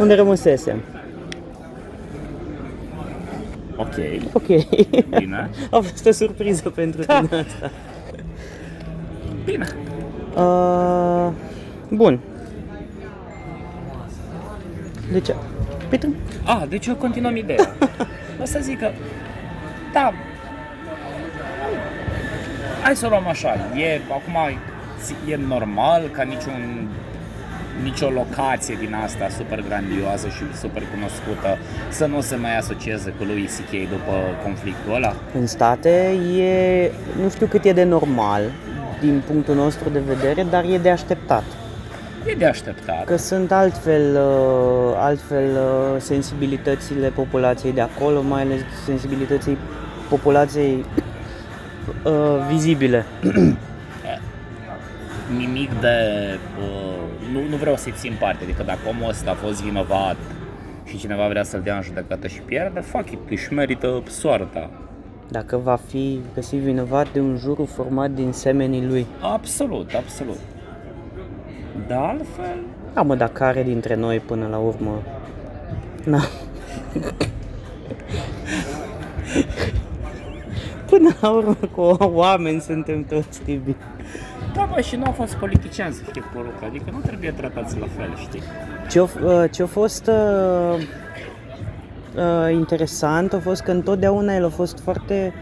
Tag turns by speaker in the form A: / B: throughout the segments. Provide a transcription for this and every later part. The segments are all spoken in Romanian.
A: unde rămăsesem.
B: Ok,
A: Ok.
B: bine.
A: A fost o surpriză pentru tine asta.
B: Bine.
A: Uh, bun. De ce? Păi Peter?
B: A, deci eu continuăm ideea. O să zic că, da, hai să o luăm așa, e, acum e normal ca niciun nicio locație din asta super grandioasă și super cunoscută să nu se mai asocieze cu lui C.K. după conflictul ăla?
A: În state e, nu știu cât e de normal din punctul nostru de vedere, dar e de așteptat.
B: E de așteptat.
A: Că sunt altfel, uh, altfel uh, sensibilitățile populației de acolo, mai ales sensibilității populației uh, vizibile.
B: nimic de... Uh, nu, nu vreau să-i țin parte, adică dacă omul ăsta a fost vinovat și cineva vrea să-l dea în judecată și pierde, fuck it, își merită soarta.
A: Dacă va fi găsit vinovat de un jurul format din semenii lui.
B: Absolut, absolut. Dar altfel,
A: Da, mă, dar care dintre noi până la urmă? Na. până la urmă cu oameni suntem toți tibi.
B: da, bă, și nu au fost politicieni să fie porucă, adică nu trebuie tratați la fel, știi?
A: Ce-a, f- uh, ce-a fost uh, uh, interesant a fost că întotdeauna el a fost foarte...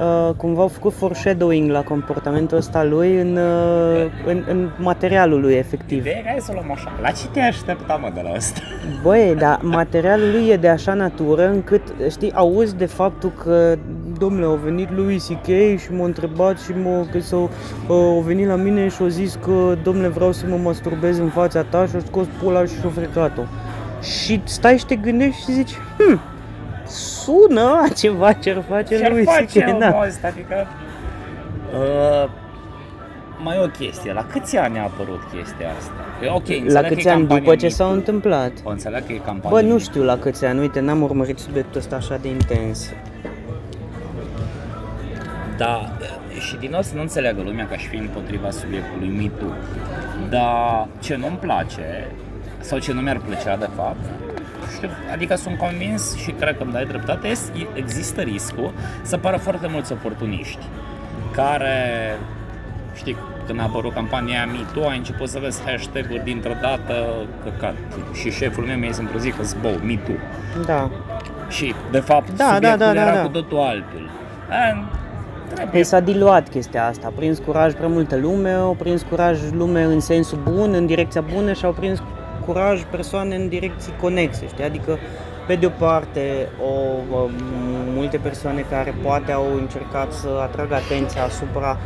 A: Uh, cumva a făcut foreshadowing la comportamentul ăsta lui în, uh, în, în materialul lui efectiv.
B: Ideea era hai să o luăm așa. La ce te aștepta, mă, de la asta?
A: Băi, dar materialul lui e de așa natură încât, știi, auzi de faptul că, domnule, au venit lui C.K. și m-a întrebat și m-a, că s-au, uh, au venit la mine și au zis că, domnule, vreau să mă masturbez în fața ta și au scos pula și și-a frecat-o. Și stai și te gândești și zici, hm, sună a ceva ce-ar face
B: Ce-ar
A: lui
B: face
A: C.K.
B: omul
A: Da.
B: ăsta? Adică... Uh, mai e o chestie, la câți ani a apărut chestia asta? E Ok,
A: La
B: înțeleg că e
A: câți ani
B: campanie
A: după ce
B: mică.
A: s-au întâmplat?
B: O înțeleg că e campanie.
A: Bă, nu știu la câți ani, uite, n-am urmărit subiectul ăsta așa de intens.
B: Da, și din nou să nu înțeleagă lumea ca și fiind împotriva subiectului Me Too. Dar ce nu-mi place, sau ce nu mi-ar plăcea de fapt, nu știu, adică sunt convins și cred că îmi dai dreptate, es- există riscul să pară foarte mulți oportuniști care, știi, când a apărut campania Me Too, ai început să vezi hashtag-uri dintr-o dată căcat. Și șeful meu mi-a zis într-o zi că zbou, Me Too.
A: Da.
B: Și, de fapt,
A: Da, da,
B: subiectul
A: da, da,
B: era
A: da.
B: cu totul altul. A, trebuie
A: Păi s-a diluat chestia asta, a prins curaj prea multă lume, au prins curaj lume în sensul bun, în direcția bună și au prins curaj persoane în direcții conexe, știi? Adică, pe de o parte, o, o, multe persoane care poate au încercat să atragă atenția asupra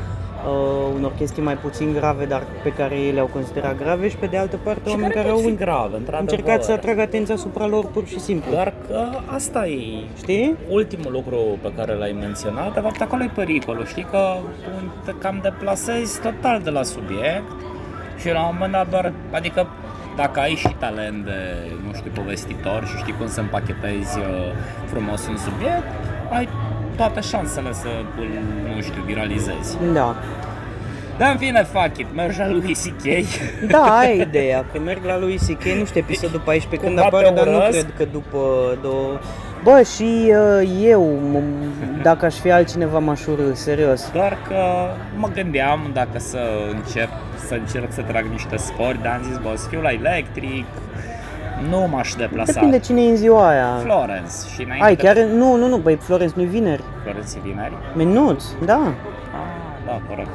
A: uh, unor chestii mai puțin grave, dar pe care ei le-au considerat grave și pe de altă parte
B: Și
A: oameni care
B: pot
A: au
B: fi grave, într-adevăr.
A: încercat să atragă atenția asupra lor pur și simplu,
B: Doar că asta e
A: știi?
B: ultimul lucru pe care l-ai menționat, de fapt acolo e pericolul, știi că tu te cam deplasezi total de la subiect și la un moment dat doar, adică dacă ai și talent de, nu știu, povestitor și știi cum să împachetezi uh, frumos un subiect, ai toate șansele să îl, nu știu, viralizezi.
A: Da.
B: Dar Da, în fine, fuck it, mergi la lui C.K.
A: Da, ai ideea, că merg la lui C.K., nu știu, episodul 14 când
B: Cumva
A: apare,
B: te
A: dar nu
B: urăsc.
A: cred că după două... Bă, și uh, eu, m- dacă aș fi altcineva, m-aș urâ, serios.
B: Doar că mă gândeam dacă să încep să încerc să trag niște spori, dar am zis, bă, o să fiu la electric, nu m-aș deplasa.
A: Depinde cine e în ziua aia.
B: Florence și înainte
A: Ai,
B: de
A: chiar, nu, nu, nu, băi, Florence nu-i vineri.
B: Florence e vineri?
A: Menuț, da.
B: Ah, da, corect.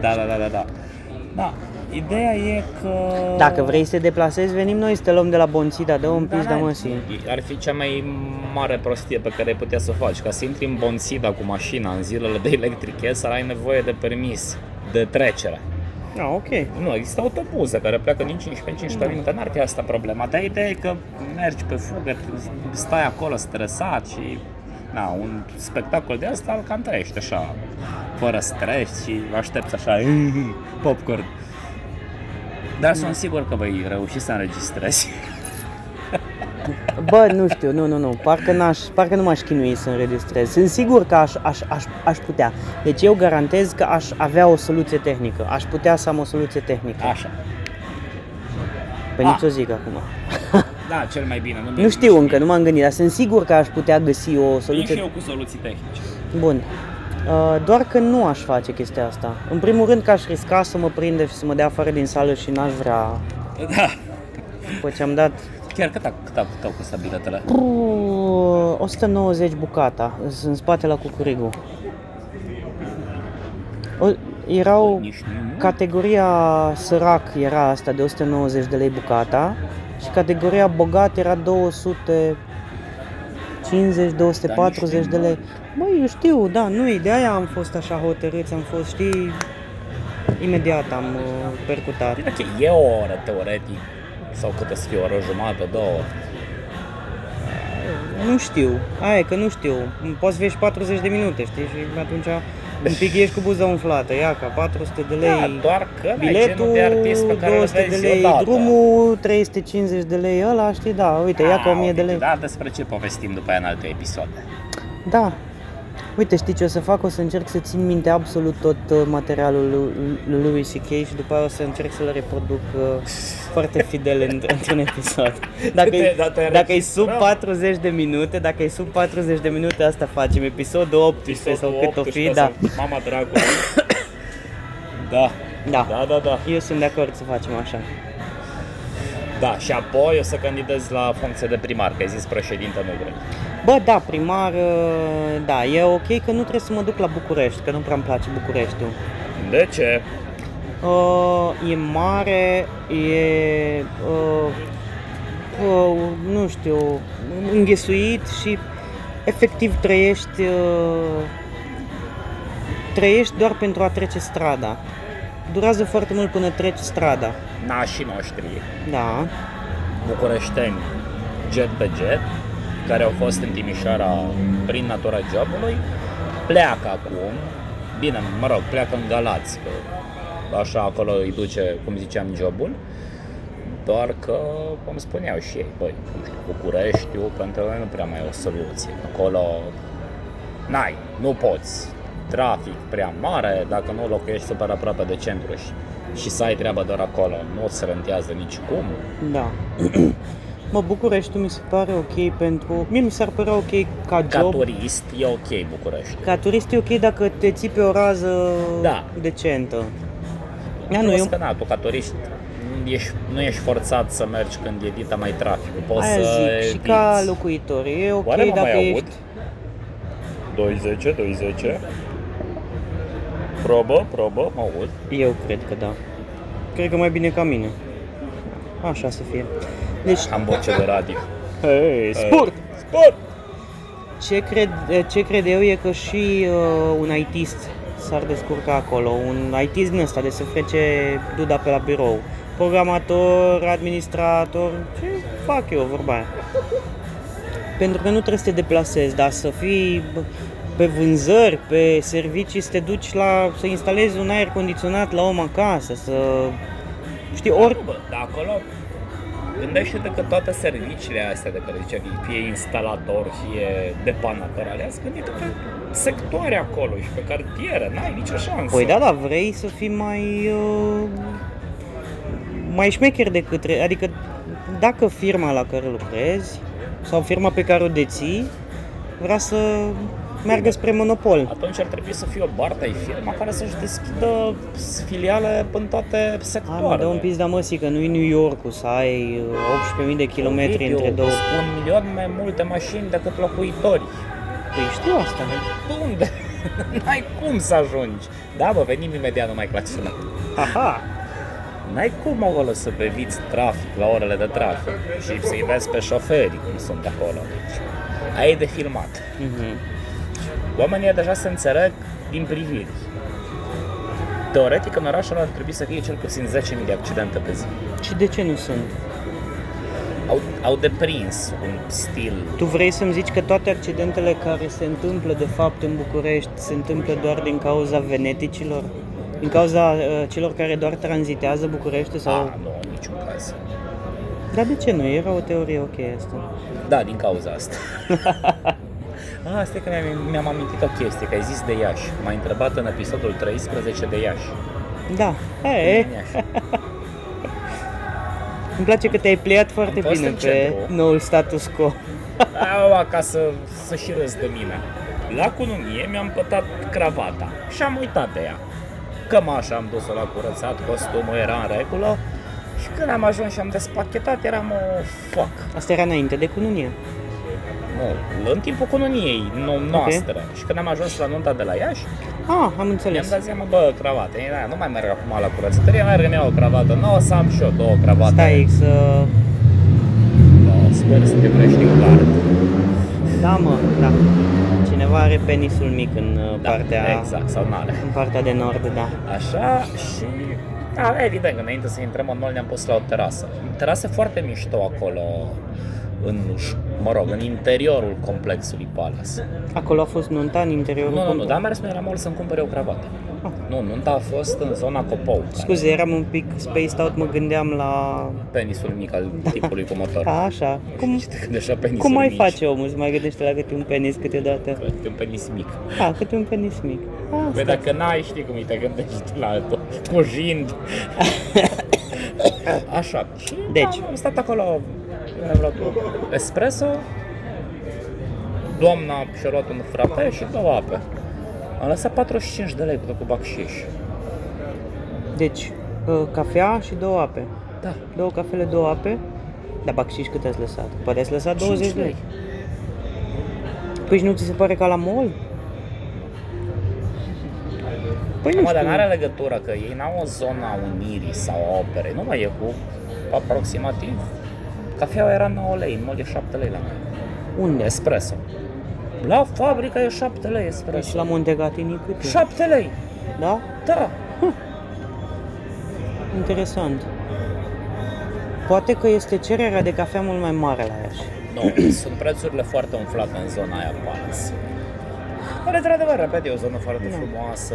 B: Da, da, da, da, da. Da, ideea e că...
A: Dacă vrei să te deplasezi, venim noi să te luăm de la Bonțida, dă un pic de măsii.
B: Ar fi cea mai mare prostie pe care ai putea să o faci. Ca să intri în Bonsida cu mașina în zilele de electric, să ai nevoie de permis de trecere.
A: Ah, ok.
B: Nu, există autobuze care pleacă din 15-15 minute, n-ar fi asta problema, dar ideea e că mergi pe fugă, stai acolo stresat și na, un spectacol de asta îl cam trăiești așa, fără stres și aștepți așa popcorn. Dar sunt sigur că vei reuși să înregistrezi.
A: Bă, nu știu, nu, nu, nu, parcă, n-aș, parcă nu m-aș chinui să înregistrez. Sunt sigur că aș, aș, aș, aș putea. Deci eu garantez că aș avea o soluție tehnică. Aș putea să am o soluție tehnică.
B: Așa.
A: Păi
B: A.
A: nici o zic acum.
B: Da, cel mai bine.
A: Nu știu încă, nu m-am gândit, dar sunt sigur că aș putea găsi o
B: Vin și
A: soluție.
B: eu cu soluții tehnice.
A: Bun. Uh, Doar că nu aș face chestia asta. În primul rând că aș risca să mă prinde și să mă dea afară din sală și n-aș vrea.
B: Da.
A: După ce am dat
B: Chiar cât a, cât a cât au costat biletele?
A: Puh, 190 bucata, sunt în spate la Cucurigu. O, erau
B: Nici nu.
A: categoria sărac era asta de 190 de lei bucata și categoria bogat era 250 240 de lei. Băi, eu știu, da, nu e de aia am fost așa hotărâți, am fost, știi, imediat am uh, percutat.
B: Bine, ok, e o oră teoretic, sau cât o să fie o oră jumătate, două.
A: Nu știu, aia e că nu știu. Poți vezi 40 de minute, știi, și atunci un pic ești cu buza umflată, ia ca 400 de
B: Da,
A: lei
B: doar că biletul
A: biletul,
B: de artist pe care
A: 200
B: îl
A: de
B: vezi
A: lei
B: odată.
A: drumul, 350 de lei ăla, știi, da, uite, ia ca
B: Ah,
A: 1000 de
B: uite,
A: lei.
B: Da, despre ce povestim după aia în alte episoade.
A: Da. Uite, știi ce o să fac? O să încerc să țin minte absolut tot uh, materialul lui- lui lui C.K. și după aia o să încerc să-l reproduc uh, foarte fidel în- într-un episod. Dacă,
B: Câte
A: e,
B: date are
A: dacă e sub
B: Bravo.
A: 40 de minute, dacă e sub 40 de minute, asta facem. Episodul 18 sau cât o fi, da.
B: Mama dragului. da.
A: Da.
B: Da, da, da.
A: Eu sunt de acord să facem așa.
B: Da, și apoi o să candidez la funcție de primar, că ai zis președinte, nu vrei.
A: Bă, da, primar, uh, da, e ok că nu trebuie să mă duc la București, că nu prea îmi place Bucureștiul.
B: De ce?
A: Uh, e mare, e, uh, uh, nu știu, înghesuit și efectiv trăiești, uh, trăiești doar pentru a trece strada. Durează foarte mult până treci strada.
B: Nașii noștri,
A: Da,
B: bucureșteni, jet pe jet, care au fost în Timișoara prin natura jobului, pleacă acum, bine, mă rog, pleacă în Galați, că așa acolo îi duce, cum ziceam, jobul, doar că, cum spuneau și ei, băi, nu știu, Bucureștiul pentru noi nu prea mai e o soluție, acolo n-ai, nu poți, trafic prea mare, dacă nu locuiești super aproape de centru și, și să ai treaba doar acolo, nu se rentează nici cum,
A: da. mă, Bucureștiul mi se pare ok pentru... Mie mi s-ar părea ok ca
B: Ca
A: job,
B: turist e ok București.
A: Ca turist e ok dacă te ții pe o rază
B: Da.
A: decentă.
B: Da,
A: Da,
B: nu,
A: nu,
B: eu...
A: eu-
B: că, na, tu ca turist nu ești, nu ești forțat să mergi când e dita mai trafic. Poți
A: Aia
B: să
A: zic, și
B: eviți.
A: ca locuitor. E ok
B: Oare mă
A: dacă
B: mai
A: ești...
B: aud? 210, 210. Probă, probă, mă aud.
A: Eu cred că da. Cred că mai bine ca mine. Așa să fie. Deci,
B: Am voce de radio.
A: hey, sport!
B: Sport! da,
A: Ce cred, ce cred eu e că și uh, un ITist s-ar descurca acolo, un ITist din ăsta de să frece duda pe la birou. Programator, administrator, ce fac eu vorba aia. Pentru că nu trebuie să te deplasezi, dar să fii bă, pe vânzări, pe servicii, să te duci la, să instalezi un aer condiționat la om acasă, să... Știi,
B: Ori,
A: ori...
B: bă, dar acolo gândește-te că toate serviciile astea de care ziceai, fie instalator, fie depanator, alea sunt gândite pe sectoare acolo și pe cartiere, n-ai nicio șansă.
A: Păi da, da, vrei să fii mai... Uh, mai șmecher decât... re- Adică dacă firma la care lucrezi sau firma pe care o deții vrea să meargă spre monopol.
B: atunci ar trebui să fie o barta ai firma care să-și deschidă filiale în toate
A: Hai mă,
B: sectoarele.
A: dă un piz de măsii, că nu-i New York-ul să ai uh, 18.000 de kilometri
B: Ovidiu,
A: între două...
B: Un milion mai multe mașini decât locuitori.
A: Păi știu asta.
B: De unde? N-ai cum să ajungi. Da, bă, venim imediat, nu mai claxonat.
A: Aha!
B: N-ai cum acolo să beviți trafic la orele de trafic și să-i vezi pe șoferi cum sunt acolo. Deci, aia e de filmat.
A: Mhm.
B: Oamenii deja se înțeleg din priviri. Teoretic, în orașul ăla ar trebui să fie cel puțin 10.000 de accidente pe zi.
A: Și de ce nu sunt?
B: au, au deprins un stil.
A: Tu vrei să-mi zici că toate accidentele care se întâmplă de fapt în București se întâmplă doar din cauza veneticilor? Din cauza uh, celor care doar tranzitează București sau...
B: A, Ah, nu, în niciun caz.
A: Dar de ce nu? Era o teorie ok asta.
B: Da, din cauza asta. A, asta e Ah, că mi-am, mi-am amintit o chestie, că ai zis de Iași. M-ai întrebat în episodul 13 de Iași.
A: Da, e, e.
B: Din Iași.
A: Îmi place că te-ai pliat foarte
B: Am fost
A: bine
B: în
A: pe
B: centru.
A: noul status quo.
B: Au acasă să și râs de mine. La cununie mi-am pătat cravata și am uitat de ea. Cămașa am dus-o la curățat, costumul era în regulă și când am ajuns și am despachetat, eram o foc.
A: Asta era înainte de cununie.
B: Nu, în timpul cununiei no- noastră. Și când am ajuns la nunta de la Iași,
A: Ah, am
B: mi-am
A: înțeles.
B: dat seama, bă, cravată, e, da, nu mai merg acum la curățătorie, merg în eu o cravată nouă, să am și eu două cravate.
A: Stai să...
B: Da, Sper să te prești în gard.
A: Da, mă, da. Cineva are penisul mic în uh, partea...
B: exact, sau n-are.
A: În partea de nord, da.
B: Așa și... Da, evident, că înainte să intrăm în mall ne-am pus la o terasă. Terase foarte mișto acolo, în, mă rog, în interiorul complexului Palace.
A: Acolo a fost nunta în interiorul
B: Nu, da. nu, nu,
A: complexului.
B: dar am mers noi la mall să-mi cumpăr eu cravată. Nu, nunta a fost în zona Copou. care-
A: Ah. Scuze, eram un pic spaced out, mă gândeam la...
B: Penisul mic al tipului cu motor.
A: A, așa. Cum,
B: Deja penis
A: cum mai face omul să mai gândește la câte un penis câteodată?
B: un penis mic.
A: A, câte un penis mic.
B: Păi
A: Asta.
B: dacă n-ai, știi cum îi te gândești la altul, cu jind. Așa. Și da,
A: Deci.
B: Am stat acolo, mi-am luat un espresso, doamna și-a luat un frappe și două ape. Am lăsat 45 de lei cu tot cu bacșiș.
A: Deci, uh, cafea și două ape.
B: Da.
A: Două cafele, două ape. Dar bacșiș cât ați lăsat? Poate ați lăsat 20
B: 5
A: de lei. Păi și nu ți se pare ca la mall? Păi nu
B: Mă, dar n-are
A: știu.
B: legătură că ei n-au o zonă a unirii sau a operei. Nu mai e cu aproximativ. Cafeaua era 9 lei, în mod e 7 lei la noi.
A: Unde?
B: Espresso. La fabrica e 7 lei espresso.
A: Păi Și la Montegatini cât e?
B: 7 lei,
A: Da?
B: da.
A: Interesant. Poate că este cererea de cafea mult mai mare la Iași.
B: Nu, sunt prețurile foarte umflate în zona aia Palace. Dar, într-adevăr, repet, e o zonă foarte
A: Da.
B: frumoasă.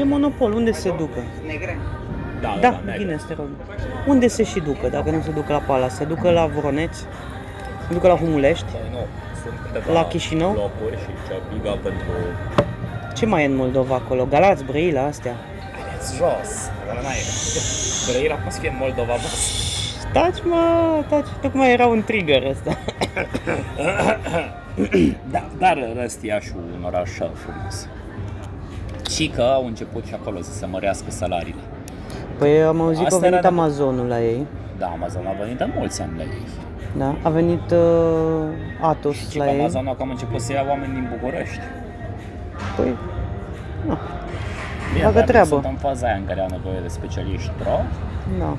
A: E monopol, unde se ducă?
B: Da,
A: Da,
B: da, da
A: bine, să te rog. Unde se și ducă, dacă nu se ducă la Palace? Se ducă la Vroneț? Se ducă la Humulești?
B: Păi nu, sunt câteva
A: La Chișinău?
B: locuri și ce obliga pentru...
A: Ce mai e în Moldova acolo? Galați, Brăila, astea?
B: Aleți jos, dar n-ai. Brăila poate să fie în Moldova, bă.
A: Taci, mă, taci. Tocmai era un trigger ăsta.
B: Da, dar în rest Iașul un oraș frumos. Și că au început și acolo să se mărească salariile.
A: Păi am auzit că
B: Asta
A: a venit
B: era da. de-
A: Amazonul la ei.
B: Da, Amazon a venit de mulți ani la ei.
A: Da? A venit uh, Atos
B: Și că
A: la ei.
B: Amazon au cam început să ia oameni din București.
A: Păi, nu,
B: Bine,
A: Facă
B: dar nu
A: treabă.
B: Sunt în faza aia în care au nevoie de specialiști pro.
A: da.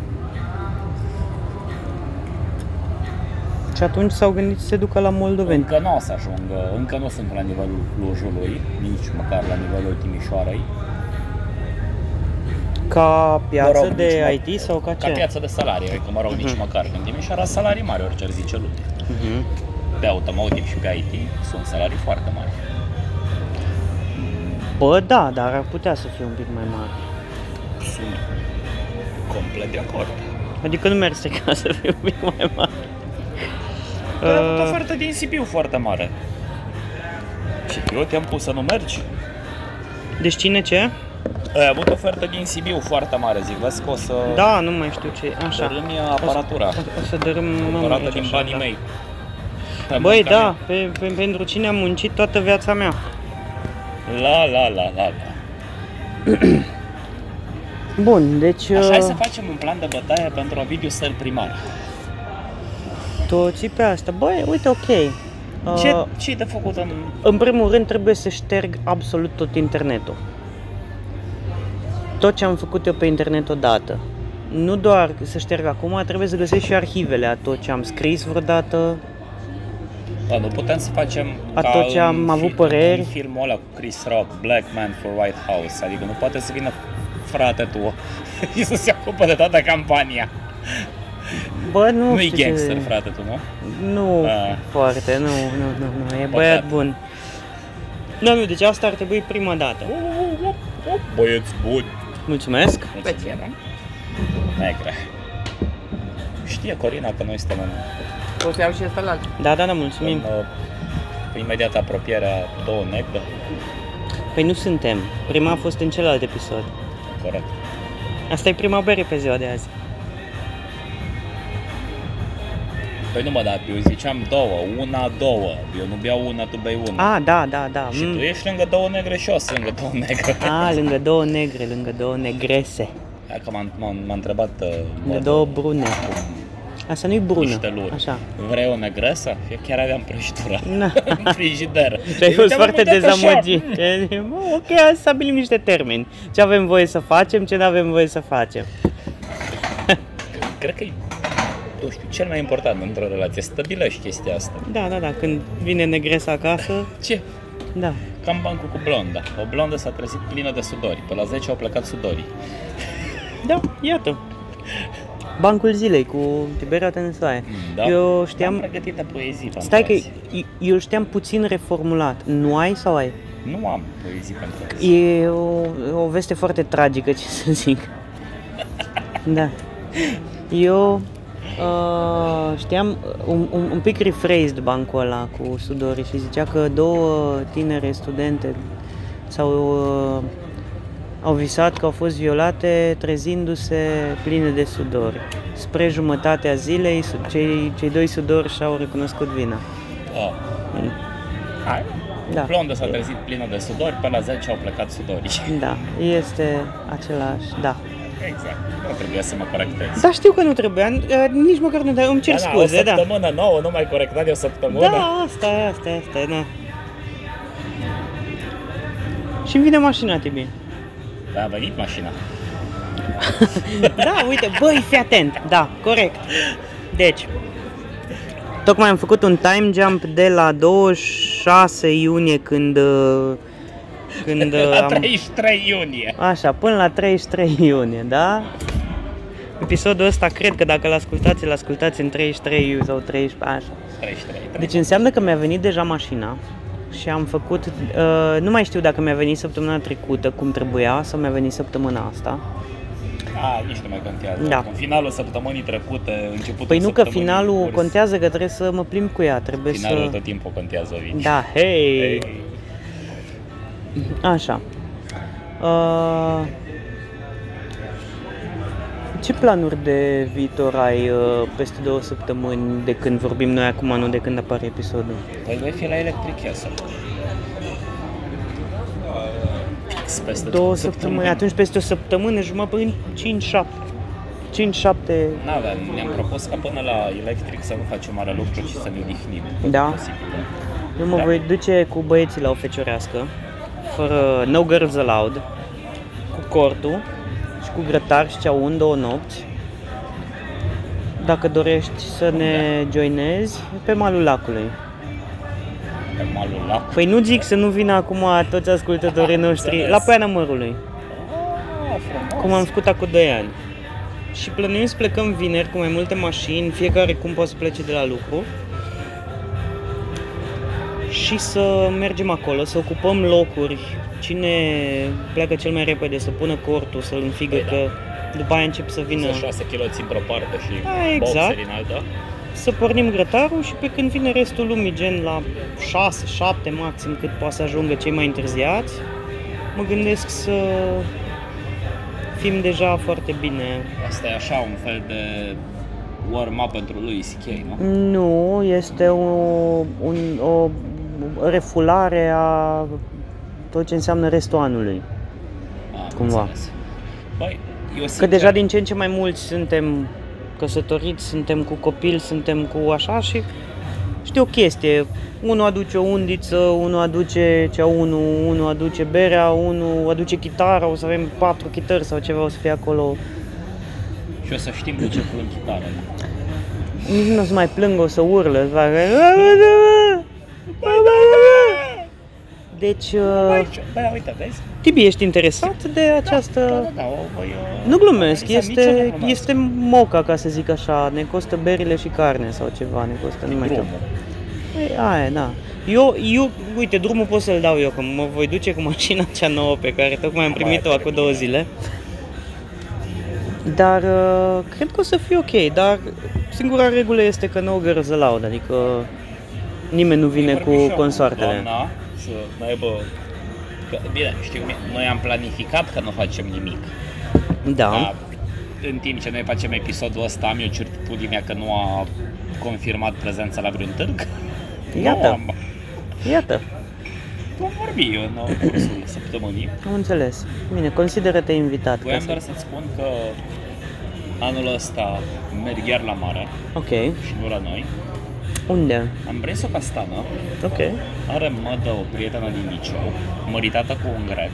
A: Și atunci s-au gândit să se ducă la moldoveni.
B: Încă nu o să ajungă, încă nu sunt la nivelul Clujului, nici măcar la nivelul Timișoarei.
A: Ca piață
B: Mă rog, nici
A: de
B: mă-
A: IT sau ca
B: Ca
A: ce?
B: piață de salarii, adică mă rog, nici măcar. În Timișoara salarii mari, orice ar zice lumea.
A: Mhm.
B: Pe automotive și pe IT sunt salarii foarte mari.
A: Bă, da, dar ar putea să fie un pic mai mare.
B: Sunt complet de acord.
A: Adică nu merge ca să fie un pic mai mare.
B: Dar am avut
A: Uh,
B: ofertă din Sibiu foarte mare. Și eu te-am pus să nu mergi?
A: deci cine ce?
B: Ai avut ofertă din Sibiu foarte mare, zic, vezi că o să
A: Da, nu mai știu ce. Așa.
B: dărâmi aparatura.
A: O să dărâm mama
B: Da, Cumpărată
A: aici,
B: din
A: așa,
B: banii
A: da.
B: mei.
A: Băi,
B: Munca
A: da, pe, pe, pentru cine am muncit toată viața mea.
B: mea. La, la, la, la, la.
A: Bun, deci
B: Așa, hai să
A: uh,
B: facem un plan de bătaie pentru Ovidiu Săr primar.
A: toți pe asta. Băi, uite, ok. Uh,
B: Ce, ce de făcut în...
A: În primul rând trebuie să șterg absolut tot internetul. Tot ce am făcut eu pe internet odată. Nu doar să șterg acum, trebuie să găsesc și arhivele a tot ce am scris vreodată.
B: Bă, nu putem să facem
A: A
B: ca
A: tot ce
B: în
A: am avut
B: fi-
A: păreri.
B: În filmul ăla cu Chris Rock, Black Man for White House. Adică nu poate să vină frate tu și să se ocupe de toată campania.
A: Bă, nu
B: Nu e
A: știu ce-
B: gangster, frate tu, nu?
A: Nu
B: Ah.
A: foarte, nu, nu, nu, nu, e băiat
B: Păcat.
A: bun. Da, nu, deci asta ar trebui prima dată.
B: Băieți buni.
A: Mulțumesc.
B: Mulțumim.
A: da.
B: Negre. Știe Corina că noi suntem în
C: O să iau și ăsta la
A: Da, da, da,
B: în
A: mulțumim.
B: uh, imediat apropierea două negre,
A: Păi nu suntem. Prima a fost în celălalt episod.
B: corect.
A: Asta e prima bere pe ziua de azi.
B: Păi nu mă, dar eu ziceam două, una, două. Eu nu beau una, tu bei una.
A: A, da, da, da.
B: Și
A: mm.
B: tu ești lângă două negre și eu sunt lângă două negre.
A: A, Ah, lângă două negre, lângă două negrese,
B: Dacă m-a, m-a, m-a întrebat uh,
A: lângă
B: modul
A: două brune. Asta nu-i brună.
B: niște luni.
A: Așa.
B: Vrei o negresă? Eu chiar aveam prăjitura
A: Na.
B: în frigider.
A: Și ai fost
B: Uite, mă,
A: foarte
B: uite așa.
A: dezamăgit. Bă, ok, hai să stabilim niște termeni. Ce avem voie să facem, ce nu avem voie să facem.
B: Cred că e nu știu, cel mai important într-o relație. Stabilești chestia asta.
A: Da, da, da, când vine negresa acasă,
B: Ce?
A: da.
B: Cam bancul cu blonda. O blondă s-a trezit plină de sudori. Pe la 10 au plecat sudorii.
A: Da, iată. Bancul zilei cu Tiberiu Tenisoae.
B: Mm, Da?
A: Eu știam-
B: Am pregătită poezii pentru
A: Stai că
B: azi.
A: eu îl știam puțin reformulat. Nu ai sau ai?
B: Nu am poezii pentru azi.
A: E o, o veste foarte tragică, ce să zic. Da. Eu uh, știam un, un, un pic rephrased bancul ăla cu Sudori și zicea că două tinere studente s-au, uh, au visat că au fost violate trezindu-se pline de sudori. Spre jumătatea zilei, su- cei, cei doi sudori și-au recunoscut vina.
B: Oh. Hai?
A: Da.
B: Blondă s-a trezit plină de sudori, pe la 10 au plecat sudorii.
A: Da, este același, da.
B: Exact. Nu trebuie să mă corectez.
A: Dar știu că nu trebuia, n- eh, nici măcar nu dar îmi Da, cer
B: da,
A: scuze,
B: o
A: da.
B: săptămână nouă, nu mai corectat de o săptămână.
A: Da, asta e, asta e, asta e, da. Și vine mașina, Tibi.
B: Da, a venit mașina.
A: Da, uite, băi, fii atent. Da, corect. Deci, tocmai am făcut un time jump de la 26 iunie când... eh, Când eh,
B: La
A: am
B: 33 iunie.
A: Așa, până la 33 iunie, da? Episodul ăsta cred că dacă l ascultați, îl ascultați în 33 iunie sau 13, așa.
B: 33.
A: Deci înseamnă că mi-a venit deja mașina și am făcut, uh, nu mai știu dacă mi-a venit săptămâna trecută cum trebuia sau mi-a venit săptămâna asta.
B: A, nici nu mai contează.
A: Da.
B: În finalul săptămânii trecute, începutul
A: Păi nu că
B: săptămânii în
A: finalul
B: curs,
A: contează că trebuie să mă plimb cu ea, trebuie
B: Finalul
A: să...
B: tot timpul contează, Păi, Vin.
A: Da, hei!
B: Ei,
A: Așa. Uh, ce planuri de viitor ai uh, peste două săptămâni de când vorbim noi acum, nu de când apare episodul?
B: Păi voi fi la Electric Castle. Fix Peste
A: Două săptămâni, atunci peste o săptămână jumătate, până în 5-7. 5-7
B: N-aveam, ne-am propus ca până la Electric să nu facem mare lucru, ci să ne odihnim. tot
A: Da.
B: Posibil.
A: Eu mă
B: Da.
A: voi duce cu băieții la o feciorească, fără no girls allowed, cu cortul și cu grătar și ceaun două nopți. Dacă dorești să
B: Da.
A: ne joinezi, pe malul lacului.
B: Pe malul lacului.
A: Păi nu zic să nu vină acum toți ascultătorii noștri
B: Înțeles.
A: la Poiana Mărului,
B: Ah, frumos.
A: cum am făcut acum 2 ani. Și plănuim să plecăm vineri cu mai multe mașini, fiecare cum poate să plece de la lucru. Și să mergem acolo, să ocupăm locuri. Cine pleacă cel mai repede, să pună cortul, să-l înfigă,
B: Păi da.
A: că după aia încep să vină...
B: Sunt 6 kg țin pe o parte și
A: Da, exact.
B: boxeri în alta.
A: Să pornim grătarul și pe când vine restul lumii, gen la 6-7 maxim cât poate să ajungă cei mai întârziați, mă gândesc să fim deja foarte bine.
B: Asta e așa un fel de warm-up pentru lui C.K., nu?
A: Nu, este o, un, o refulare a tot ce înseamnă restul anului.
B: Am
A: Cumva.
B: înțeles. Băi, eu
A: Că
B: sincer,
A: deja din ce în ce mai mulți suntem căsătoriți, suntem cu copil, suntem cu așa și știu o chestie. Unul aduce o undiță, unul aduce cea unu, unul aduce berea, unul aduce chitara, o să avem patru chitări sau ceva, o să fie acolo.
B: Și o să știm de ce plâng chitară. nu?
A: Nici nu o să mai plâng, o să urlă. să facă- Deci, uh,
B: Băi, ce- băi, uite, vezi?
A: Tibi, ești interesat de
B: Da,
A: această...
B: da, da, o, băi, o-
A: Nu glumesc,
B: Exact, nici eu nu
A: este,
B: glumesc.
A: este moca, ca să zic așa, ne costă berile și carne sau ceva, ne costă, nu mai știu.
B: Drumul.
A: Păi, aia, da. Eu, eu, uite, drumul pot să-l dau eu, că mă voi duce cu mașina cea nouă pe care tocmai am primit-o acum două zile. Dar uh, cred că o să fie ok, dar singura regulă este că no girls allowed, adică nimeni nu vine
B: Vorbim și
A: cu
B: eu
A: consoartele.
B: Doamna, să naibă... Că, bine, știi cum e? Noi am planificat că nu facem nimic.
A: Da,
B: Dar în timp ce noi facem episodul ăsta, am eu certitudinea că nu a confirmat prezența la vreun târg.
A: Iată.
B: Nu am,
A: Iată,
B: vom vorbi în uh, cursul săptămânii.
A: am înțeles. Bine, consideră-te invitat. ca
B: Voiam
A: să-
B: doar să-ți spun că anul ăsta merg iar la mare
A: Ok.
B: și nu la noi.
A: Unde?
B: Am prins o castană,
A: Ok.
B: are în mădă o prietenă din liceu, măritată cu un grec.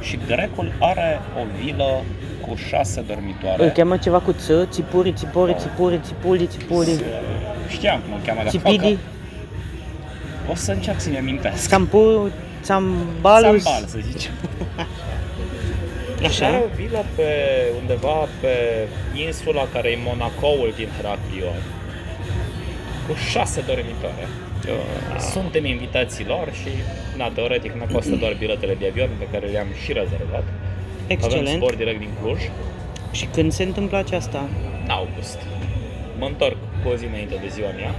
B: Și grecul are o vilă cu șase dormitoare.
A: Îl cheamă ceva cu ț, țipuri, țipori, țipuri, țipuli, țipuri,
B: Știam cum îl cheamă, dar
A: țipidi,
B: facă- o să încerc să-mi amintesc.
A: țampu, țambalus.
B: Sambal, să zicem.
A: Așa.
B: Are o vilă pe undeva pe insula care e Monacoul din Heraklion. Cu șase dormitoare. Suntem invitații lor și, na, teoretic, ne costă doar biletele de avion pe care le-am și rezervat. Avem
A: Excelent.
B: zbor direct din Cluj,
A: Și când se întâmplă aceasta?
B: în august. Mă întorc cu o zi înainte de ziua mea.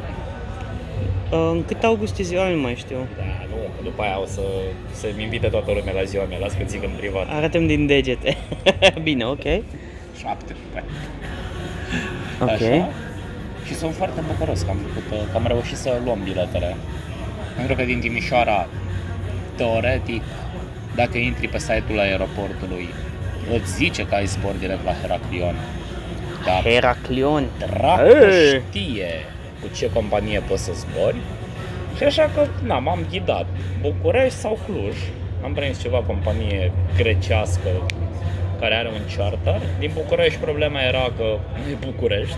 A: Uh, În cât august e ziua, nu mai știu.
B: Da, nu, că după aia o să, să-mi invite toată lumea la ziua mea, las că zic în privat.
A: Arătăm din degete. Bine, ok.
B: 7
A: Ok.
B: Așa. Și sunt foarte bucuros că am, făcut, că am reușit să luăm biletele. Pentru că din Timișoara, teoretic, dacă intri pe site-ul aeroportului, îți zice că ai zbor direct la Heraclion. Dar
A: Heraclion.
B: dracu
A: Ei!
B: știe cu ce companie poți să zbori. Și așa că, na, m-am ghidat. București sau Cluj. Am prins ceva companie grecească care are un charter. Din București problema era că nu e București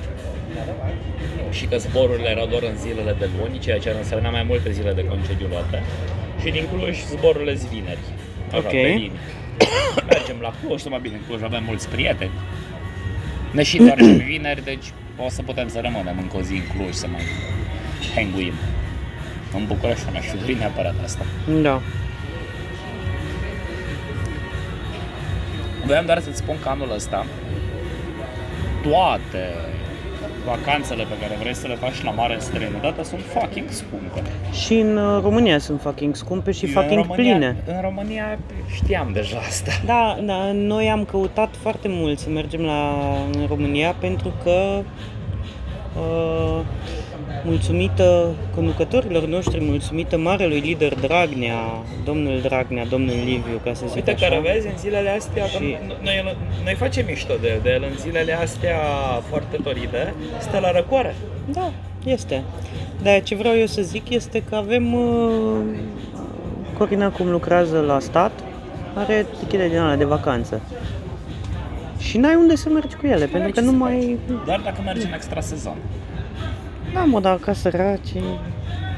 B: și că zborurile erau doar în zilele de luni, ceea ce însemna mai multe zile de concediu luate. Și din Cluj zborurile zi vineri. Așa,
A: Ok.
B: pe linii. Mergem la Cluj, numai bine, în Cluj avem mulți prieteni. Ne și întoarcem vineri, deci o să putem să rămânem încă o zi în Cluj să mai hanguim. În București nu mi-aș fi dorit neapărat asta.
A: Da.
B: Voiam doar să-ți spun că anul ăsta toate vacanțele pe care vrei să le faci la mare în străinătate sunt fucking scumpe.
A: Și în uh, România sunt fucking scumpe și fucking
B: în România,
A: pline.
B: În România știam deja asta.
A: Da, da, noi am căutat foarte mult să mergem la în România pentru că uh, mulțumită conducătorilor noștri, mulțumită marelui lider Dragnea, domnul Dragnea, domnul Liviu, ca să zic
C: Uite,
A: așa.
C: care vezi, în zilele astea,
A: Și-
C: că noi, noi facem mișto de el, de el, în zilele astea foarte toride, stă la răcoare.
A: Da, este. Dar ce vreau eu să zic este că avem... Uh, Corina, cum lucrează la stat, are tichete din alea de vacanță. Și n-ai unde să mergi cu ele, pentru
B: ai
A: că
B: ce
A: nu
B: să
A: mai...
B: faci. Doar dacă mergi în extra sezon.
A: Da, mă, dar ca săraci...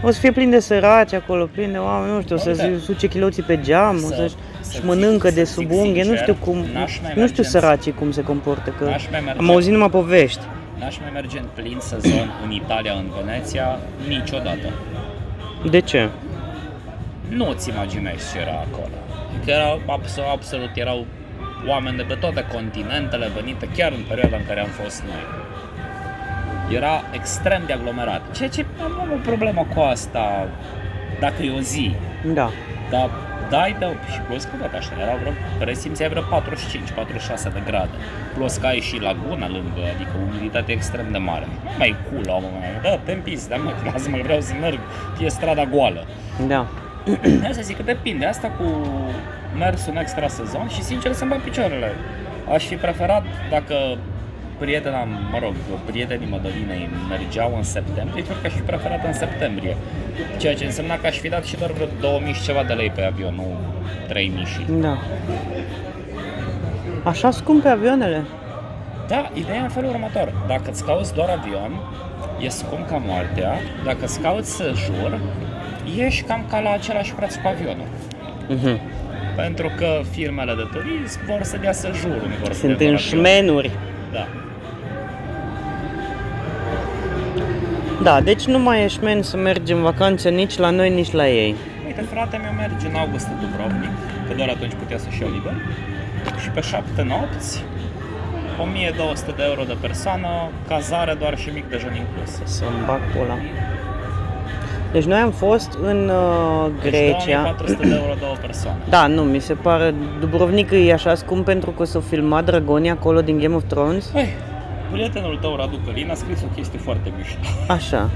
A: O să fie plin de săraci acolo, plin de oameni, nu știu, o să
B: Uite.
A: zi- suce chiloții pe geam, o să-și
B: Da. să
A: și mănâncă
B: zic-
A: de
B: să
A: sub
B: zic
A: unghie, nu
B: sincer,
A: știu cum,
B: n-aș mai
A: nu știu
B: merge în-
A: săracii cum se comportă, că
B: N-aș mai merge,
A: am auzit numai povești.
B: n-aș mai merge în plin sezon în Italia, în Veneția, niciodată.
A: De ce?
B: Nu-ți imaginezi ce era acolo. Că erau absolut, absolut erau oameni de pe toate continentele venite chiar în perioada în care am fost noi. Era extrem de aglomerat. Ceea ce am am o problemă cu asta dacă e o zi.
A: Da.
B: Dar da, dai de și plus că tot așa, erau vreo, presimțeai vreo 45-46 de grade. Plus că ai și laguna lângă, adică umiditate extrem de mare. Nu mai e cool la un moment dat, te împins, dar mă, lasă-mă, vreau să merg, e strada goală.
A: Da.
B: Vreau să zic că depinde asta cu mersul în extra sezon și sincer să-mi bag picioarele. Aș fi preferat dacă prietena, mă rog, prietenii Mădălinei mergeau în septembrie, pentru că aș fi preferat în septembrie. Ceea ce însemna că aș fi dat și doar vreo 2000 și ceva de lei pe avion, nu 3000 și...
A: Da. Așa scumpe avioanele?
B: Da, ideea e în felul următor. Dacă îți cauți doar avion, e scump ca moartea. Dacă îți cauți să jur, ești cam ca la același preț cu avionul.
A: Mhm.
B: Pentru că firmele de turism vor să dea să jur, nu vor să
A: Sunt
B: dea
A: în
B: doar avion.
A: șmenuri.
B: Da.
A: Da, deci nu mai e șmen să mergi în vacanță nici la noi, nici la ei.
B: Uite, frate meu merge în august în Dubrovnik, că doar atunci putea să-și iau liber. Și pe șapte nopți, 1200 de euro de persoană, cazare doar și mic dejun inclus.
A: Să-mi bag pula. Deci noi am fost în uh,
B: Deci
A: Grecia.
B: 2400 de euro două persoane.
A: Da, nu, mi se pare Dubrovnik e așa scump pentru că s-au filmat dragonii acolo din Game of Thrones.
B: Păi, prietenul tău, Radu Călin, a scris o chestie foarte mișto.
A: Așa.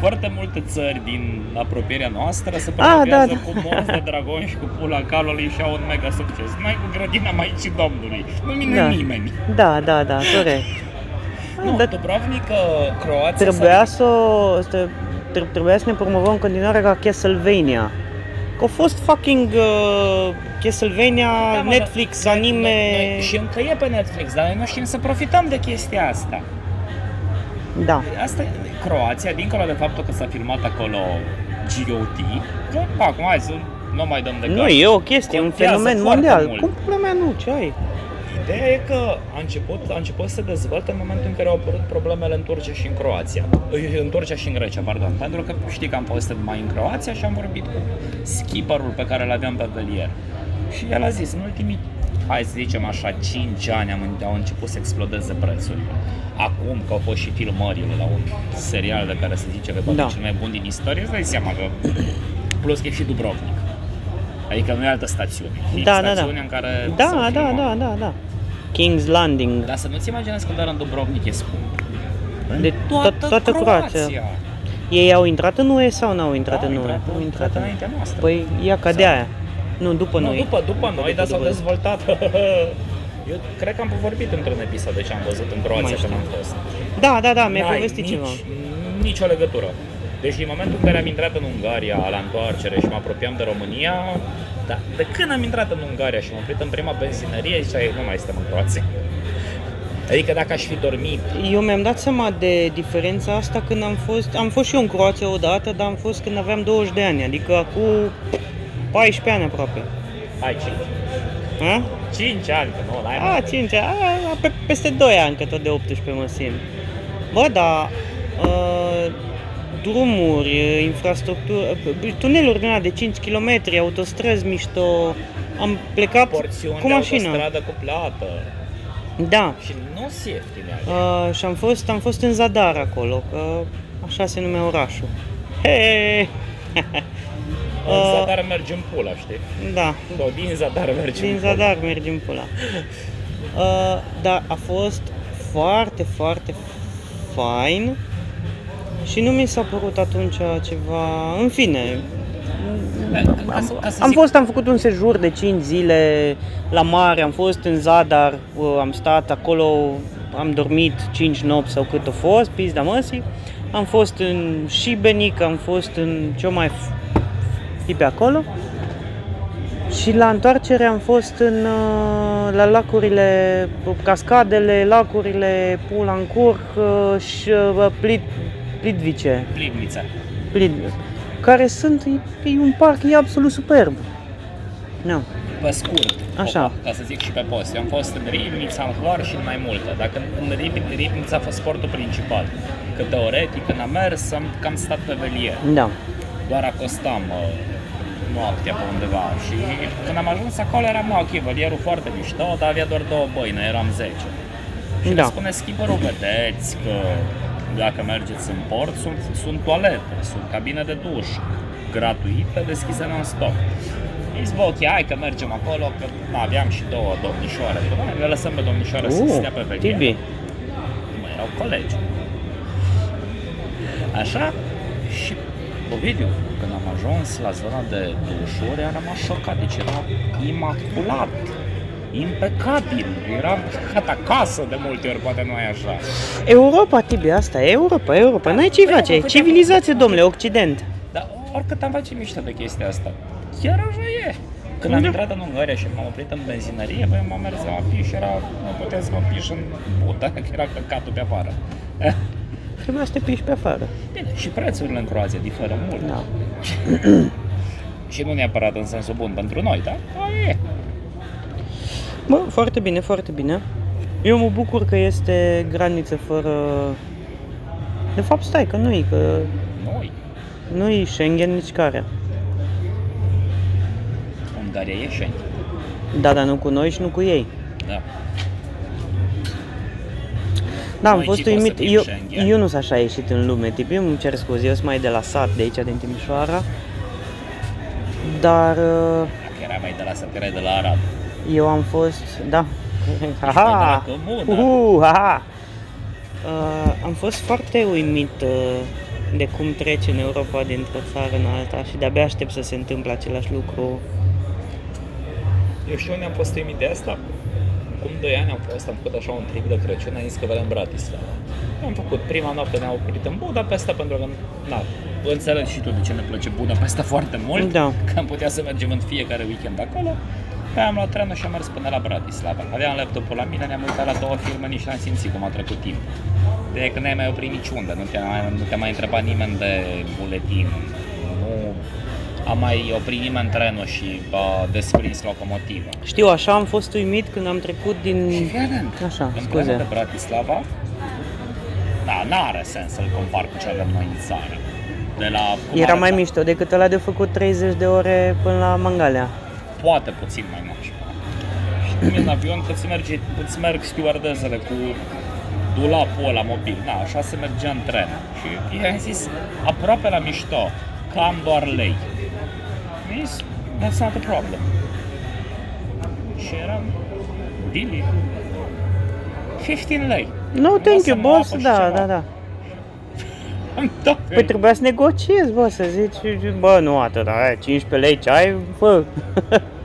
B: Foarte multe țări din apropierea noastră se
A: da,
B: promovează
A: da.
B: cu morți de dragoni și cu pula calului și au un mega succes. Mai cu grădina Maicii Domnului. Nu mină
A: Da.
B: nimeni.
A: Da, da, da, corect.
B: Nu,
A: Dar
B: Dubrovnik, uh, Croația...
A: trebuia să, o- să- tre- trebuia să ne promovăm în continuare ca Castlevania. Că a fost fucking uh, Castlevania,
B: Da, mă,
A: Ah, Netflix,
B: dar-
A: anime...
B: Noi, noi, și încă e pe Netflix, dar noi nu știm să profităm de chestia asta.
A: Da.
B: Asta e Croația, dincolo de faptul că s-a filmat acolo GOT, că acum hai să nu mai dăm de gard.
A: Nu, e o chestie, un
B: Contează
A: fenomen
B: foarte
A: mondial.
B: mult.
A: Cum pula mea nu, ce ai?
C: Ideea e că a început, a început să se dezvolte în momentul în care au apărut problemele în Turcia și în Croația.
B: Îi- În Turcia și în Grecia, pardon, pentru că știi că am povestit mai în Croația și am vorbit cu skipperul pe care îl aveam pe velier. Și el a zis, în ultimii, hai să zicem așa, 5 ani am, au început să explodeze prețurile. Acum că au fost și filmările la un serial de care se zice că poate
A: Da.
B: da. cel mai bun din istorie, îți dai seama că plus că e și Dubrovnik. Adică nu e altă stațiune. E
A: Da, da, da.
B: stațiunea în care s-au
A: Da, da,
B: filmat.
A: da, da, da. King's Landing.
B: Dar să nu-ți imaginezi că doar în Dubrovnik e scump. În
A: De tot- Păi, toată Croația. Ei au intrat în UE sau n-au intrat
B: Da,
A: în UE?
B: au intrat înaintea noastră.
A: Păi ia ca de
B: Sau-
A: aia. Nu, după
C: Nu,
A: noi.
C: Păi, după, după noi, dar s-au
A: după-
C: dezvoltat. Eu cred că am vorbit într-un episod de ce am văzut în
A: Nu
C: Croația
A: mai
C: când am
A: știu.
C: fost.
A: Da, da, da, mi-ai
C: N-ai
A: povestit
C: nici,
A: ceva.
C: Nicio legătură. Deci din momentul în care am intrat în Ungaria la întoarcere și mă apropiam de România, da, de când am intrat în Ungaria și m-am oprit în prima benzinărie, ziceai, nu mai suntem în Croația. Adică dacă aș fi dormit
A: Eu mi-am dat seama de diferența asta când am fost, am fost și eu în Croația odată, dar am fost când aveam 20 de ani, adică cu 14 ani aproape.
C: Ai 5.
A: A?
C: 5 ani, că nu, l-ai
A: A, 5 ani, a, a, pe, peste 2 ani, că tot de 18 mă simt. Bă, da, uh, drumuri, infrastructură, tuneluri din alea de 5 km, autostrăzi mișto, am plecat
C: porțiuni
A: cu
C: de
A: mașina.
C: autostradă cu plată.
A: Da,
C: Și nu se ieftine alea.
A: Uh, și am fost, am fost în Zadar acolo, că așa se numea orașul. Hei!
C: În
A: Uh,
C: zadar mergi în pula, știi?
A: da,
C: Sau din zadar mergi
A: din
C: în pula.
A: Zadar mergem pula. Uh, dar a fost foarte, foarte fain și nu mi s-a părut atunci ceva... În fine,
B: Ca să, ca să
A: am
B: zic,
A: fost, am făcut un sejur de 5 zile la mare, am fost în Zadar, uh, am stat acolo, am dormit 5 nopți sau cât a fost, pizda măsii. Am fost în Șibenic, am fost în ce mai f- fi pe acolo. Și la întoarcere am fost în, uh, la lacurile, cascadele, lacurile, pula în curc uh, și uh, Plit, Plitvice.
B: Plivnița.
A: Plin- care sunt, e, e un parc, e absolut superb. Da, Nu.
B: Pe scurt,
A: Așa.
B: ca să zic și pe post. Eu am fost în Ribnița, în Hvar și în mai multe. Dacă în Rib- Ribnița a fost sportul principal. Că teoretic, când am mers, am cam stat pe velier.
A: Da.
B: Doar acostam uh, noaptea pe undeva. Și când am ajuns acolo, eram ok, velierul foarte mișto, dar avea doar două băine, eram 10. Și
A: Da.
B: da. spune skipperul, vedeți că dacă mergeți în port, sunt, sunt toalete, sunt cabine de duș gratuite, deschise non-stop. Îi zic, bă, ok, hai că mergem acolo, că na, aveam și două domnișoare. Zic, bă, le lăsăm pe domnișoare să
A: Uh,
B: stea pe velier.
A: Tibi.
B: Mai erau colegi. Așa? Și Ovidiu, când am ajuns la zona de dușuri, am rămas șocat. Deci era imaculat, impecabil. Era cat acasă de multe ori, poate nu e așa.
A: Europa, Tibi, asta e Europa, Europa. N-ai ce
B: Păi,
A: face,
B: am
A: e
B: făcut-
A: civilizație, domnule, Occident.
B: Dar oricât am face mișto de chestia asta, chiar așa e. Când am
A: Da.
B: intrat în Ungaria și m-am oprit în benzinărie, băi, m-am mers la piș, era, nu puteam să mă piș în bută, că era căcatul pe afară.
A: Trebuia să te piști pe afară.
B: Bine, și prețurile în Croația diferă mult.
A: Da.
B: Și nu neapărat în sensul bun pentru noi, da? Da, e.
A: Bă, foarte bine, foarte bine. Eu mă bucur că este graniță fără... De fapt, stai, că nu e, că
B: Noi.
A: nu e Schengen nici care.
B: Ungaria e Da, Schengen.
A: Da, dar nu cu noi și nu cu ei.
B: Da.
A: Da, am
B: Noi
A: fost
B: ci poți să
A: uimit.
B: fim
A: Eu,
B: Schengen.
A: eu nu sunt așa ieșit în lume, tipim, îmi cer scuze, eu sunt mai de la sat, de aici, din Timișoara. Dar uh,
B: Dacă era mai de la sat, era de la Arad.
A: eu am fost, da,
B: mai
A: aha,
B: de la da. comună.
A: uhu, aha. Uh, am fost foarte uimit uh, de cum trece în Europa dintr-o țară în alta și de-abia aștept să se întâmple același lucru.
C: Eu știu unde am fost uimit de asta. Acum 2 ani am fost, am făcut așa un trip de Crăciun, am zis că vreau în Bratislava. Am făcut prima noapte, ne-am oprit în Budapesta pentru că, na,
B: Înțeleg și tu de ce ne place Budapesta foarte mult,
A: Da.
B: că am putea să mergem în fiecare weekend acolo. Pe am luat trenul și am mers până la Bratislava. Aveam laptopul la mine, ne-am uitat la două filme, nici n-am simțit cum a trecut timp. De că ne-ai mai oprit niciunde, nu te-a mai, nu te mai întrebat nimeni de buletin, nu a mai oprit nimeni trenul și a desprins locomotiva.
A: Știu, așa am fost uimit când am trecut
B: Și
A: din...
B: fii atent,
A: Așa,
B: în
A: scuze.
B: planul de Bratislava, da, n-are sens să-l compar cu ce avem noi în țară. De la, cum
A: Era
B: arăta?
A: mai mișto decât ăla de făcut 30 de ore până la Mangalea.
B: poate puțin mai nașpa. Și cum e în avion, că îți, merge, îți merg stewardezele cu dulapul ăla mobil. Na, așa se mergea în tren. Și i-am zis, aproape la mișto, că am doar lei. Mi-a zis, that's not a problem. Și eram, Dili, 15 lei.
A: No,
B: Vreau
A: thank
B: să
A: you,
B: mă
A: boss,
B: apă și
A: da,
B: ceva.
A: da, da.
B: Am dat
A: Păi
B: pe
A: trebuia să negociezi, bă, să zici, bă, nu atât, ai 15 lei ce ai, bă.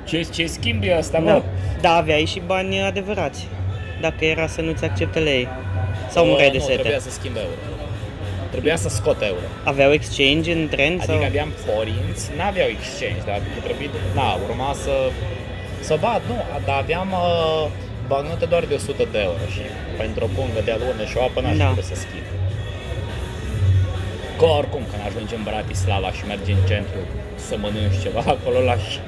B: ce, ce schimb e asta,
A: Da.
B: mă?
A: da, aveai și bani adevărați, dacă era să nu-ți accepte lei. Sau
C: nu,
A: mureai de
C: nu,
A: sete.
C: trebuia să schimb euro. Trebuia să scot euro.
A: Aveau exchange în tren
C: Adică
A: sau...
C: aveam forinți, n-aveau exchange, dar adică trebuie, na, urma să, să bat, nu, dar aveam uh, bagnote doar de 100 de euro și pentru o pungă de alune și o apă n-aș
A: Da.
C: da. să schimb. Că oricum, când ajungi în Bratislava și mergi în centru să mănânci ceva, acolo lași.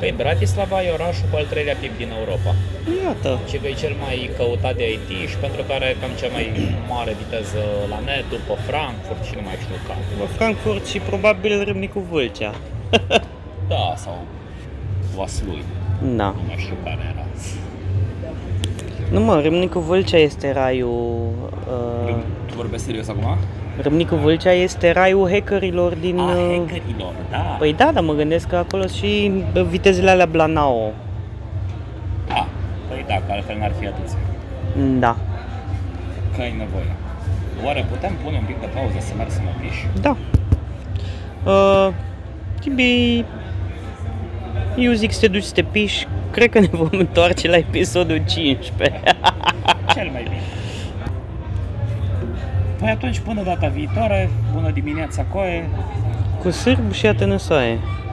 C: Păi Bratislava e orașul cu al treilea PIB din Europa
A: Iată.
C: și că e cel mai căutat de IT și pentru care are cam cea mai mare viteză la net, după Frankfurt și nu mai știu care.
A: Bă, Frankfurt și probabil Râmnicu Vâlcea.
B: Da, sau Vaslui,
A: Da.
B: nu mai știu care era.
A: Nu mă, Râmnicu Vâlcea este raiul... Uh,
B: Tu vorbești serios acum?
A: Râmnicu Vâlcea este raiul hackerilor din...
C: Ah,
B: A,
A: uh,
B: hackerilor, da.
A: Păi da, dar mă gândesc că acolo sunt și uh, vitezele alea Blanao.
B: Da, păi da, că altfel n-ar fi atâția.
A: Da.
B: Că ai nevoie. Oare putem pune un pic de pauză să merg să mă piș?
A: Da. Uh, Tibi, eu zic să te duci să te piși. Cred că ne vom întoarce la episodul 15.
B: Cel mai bine. Păi atunci, până data viitoare, bună dimineața, Coe!
A: Cu sârb și atănăsoaie.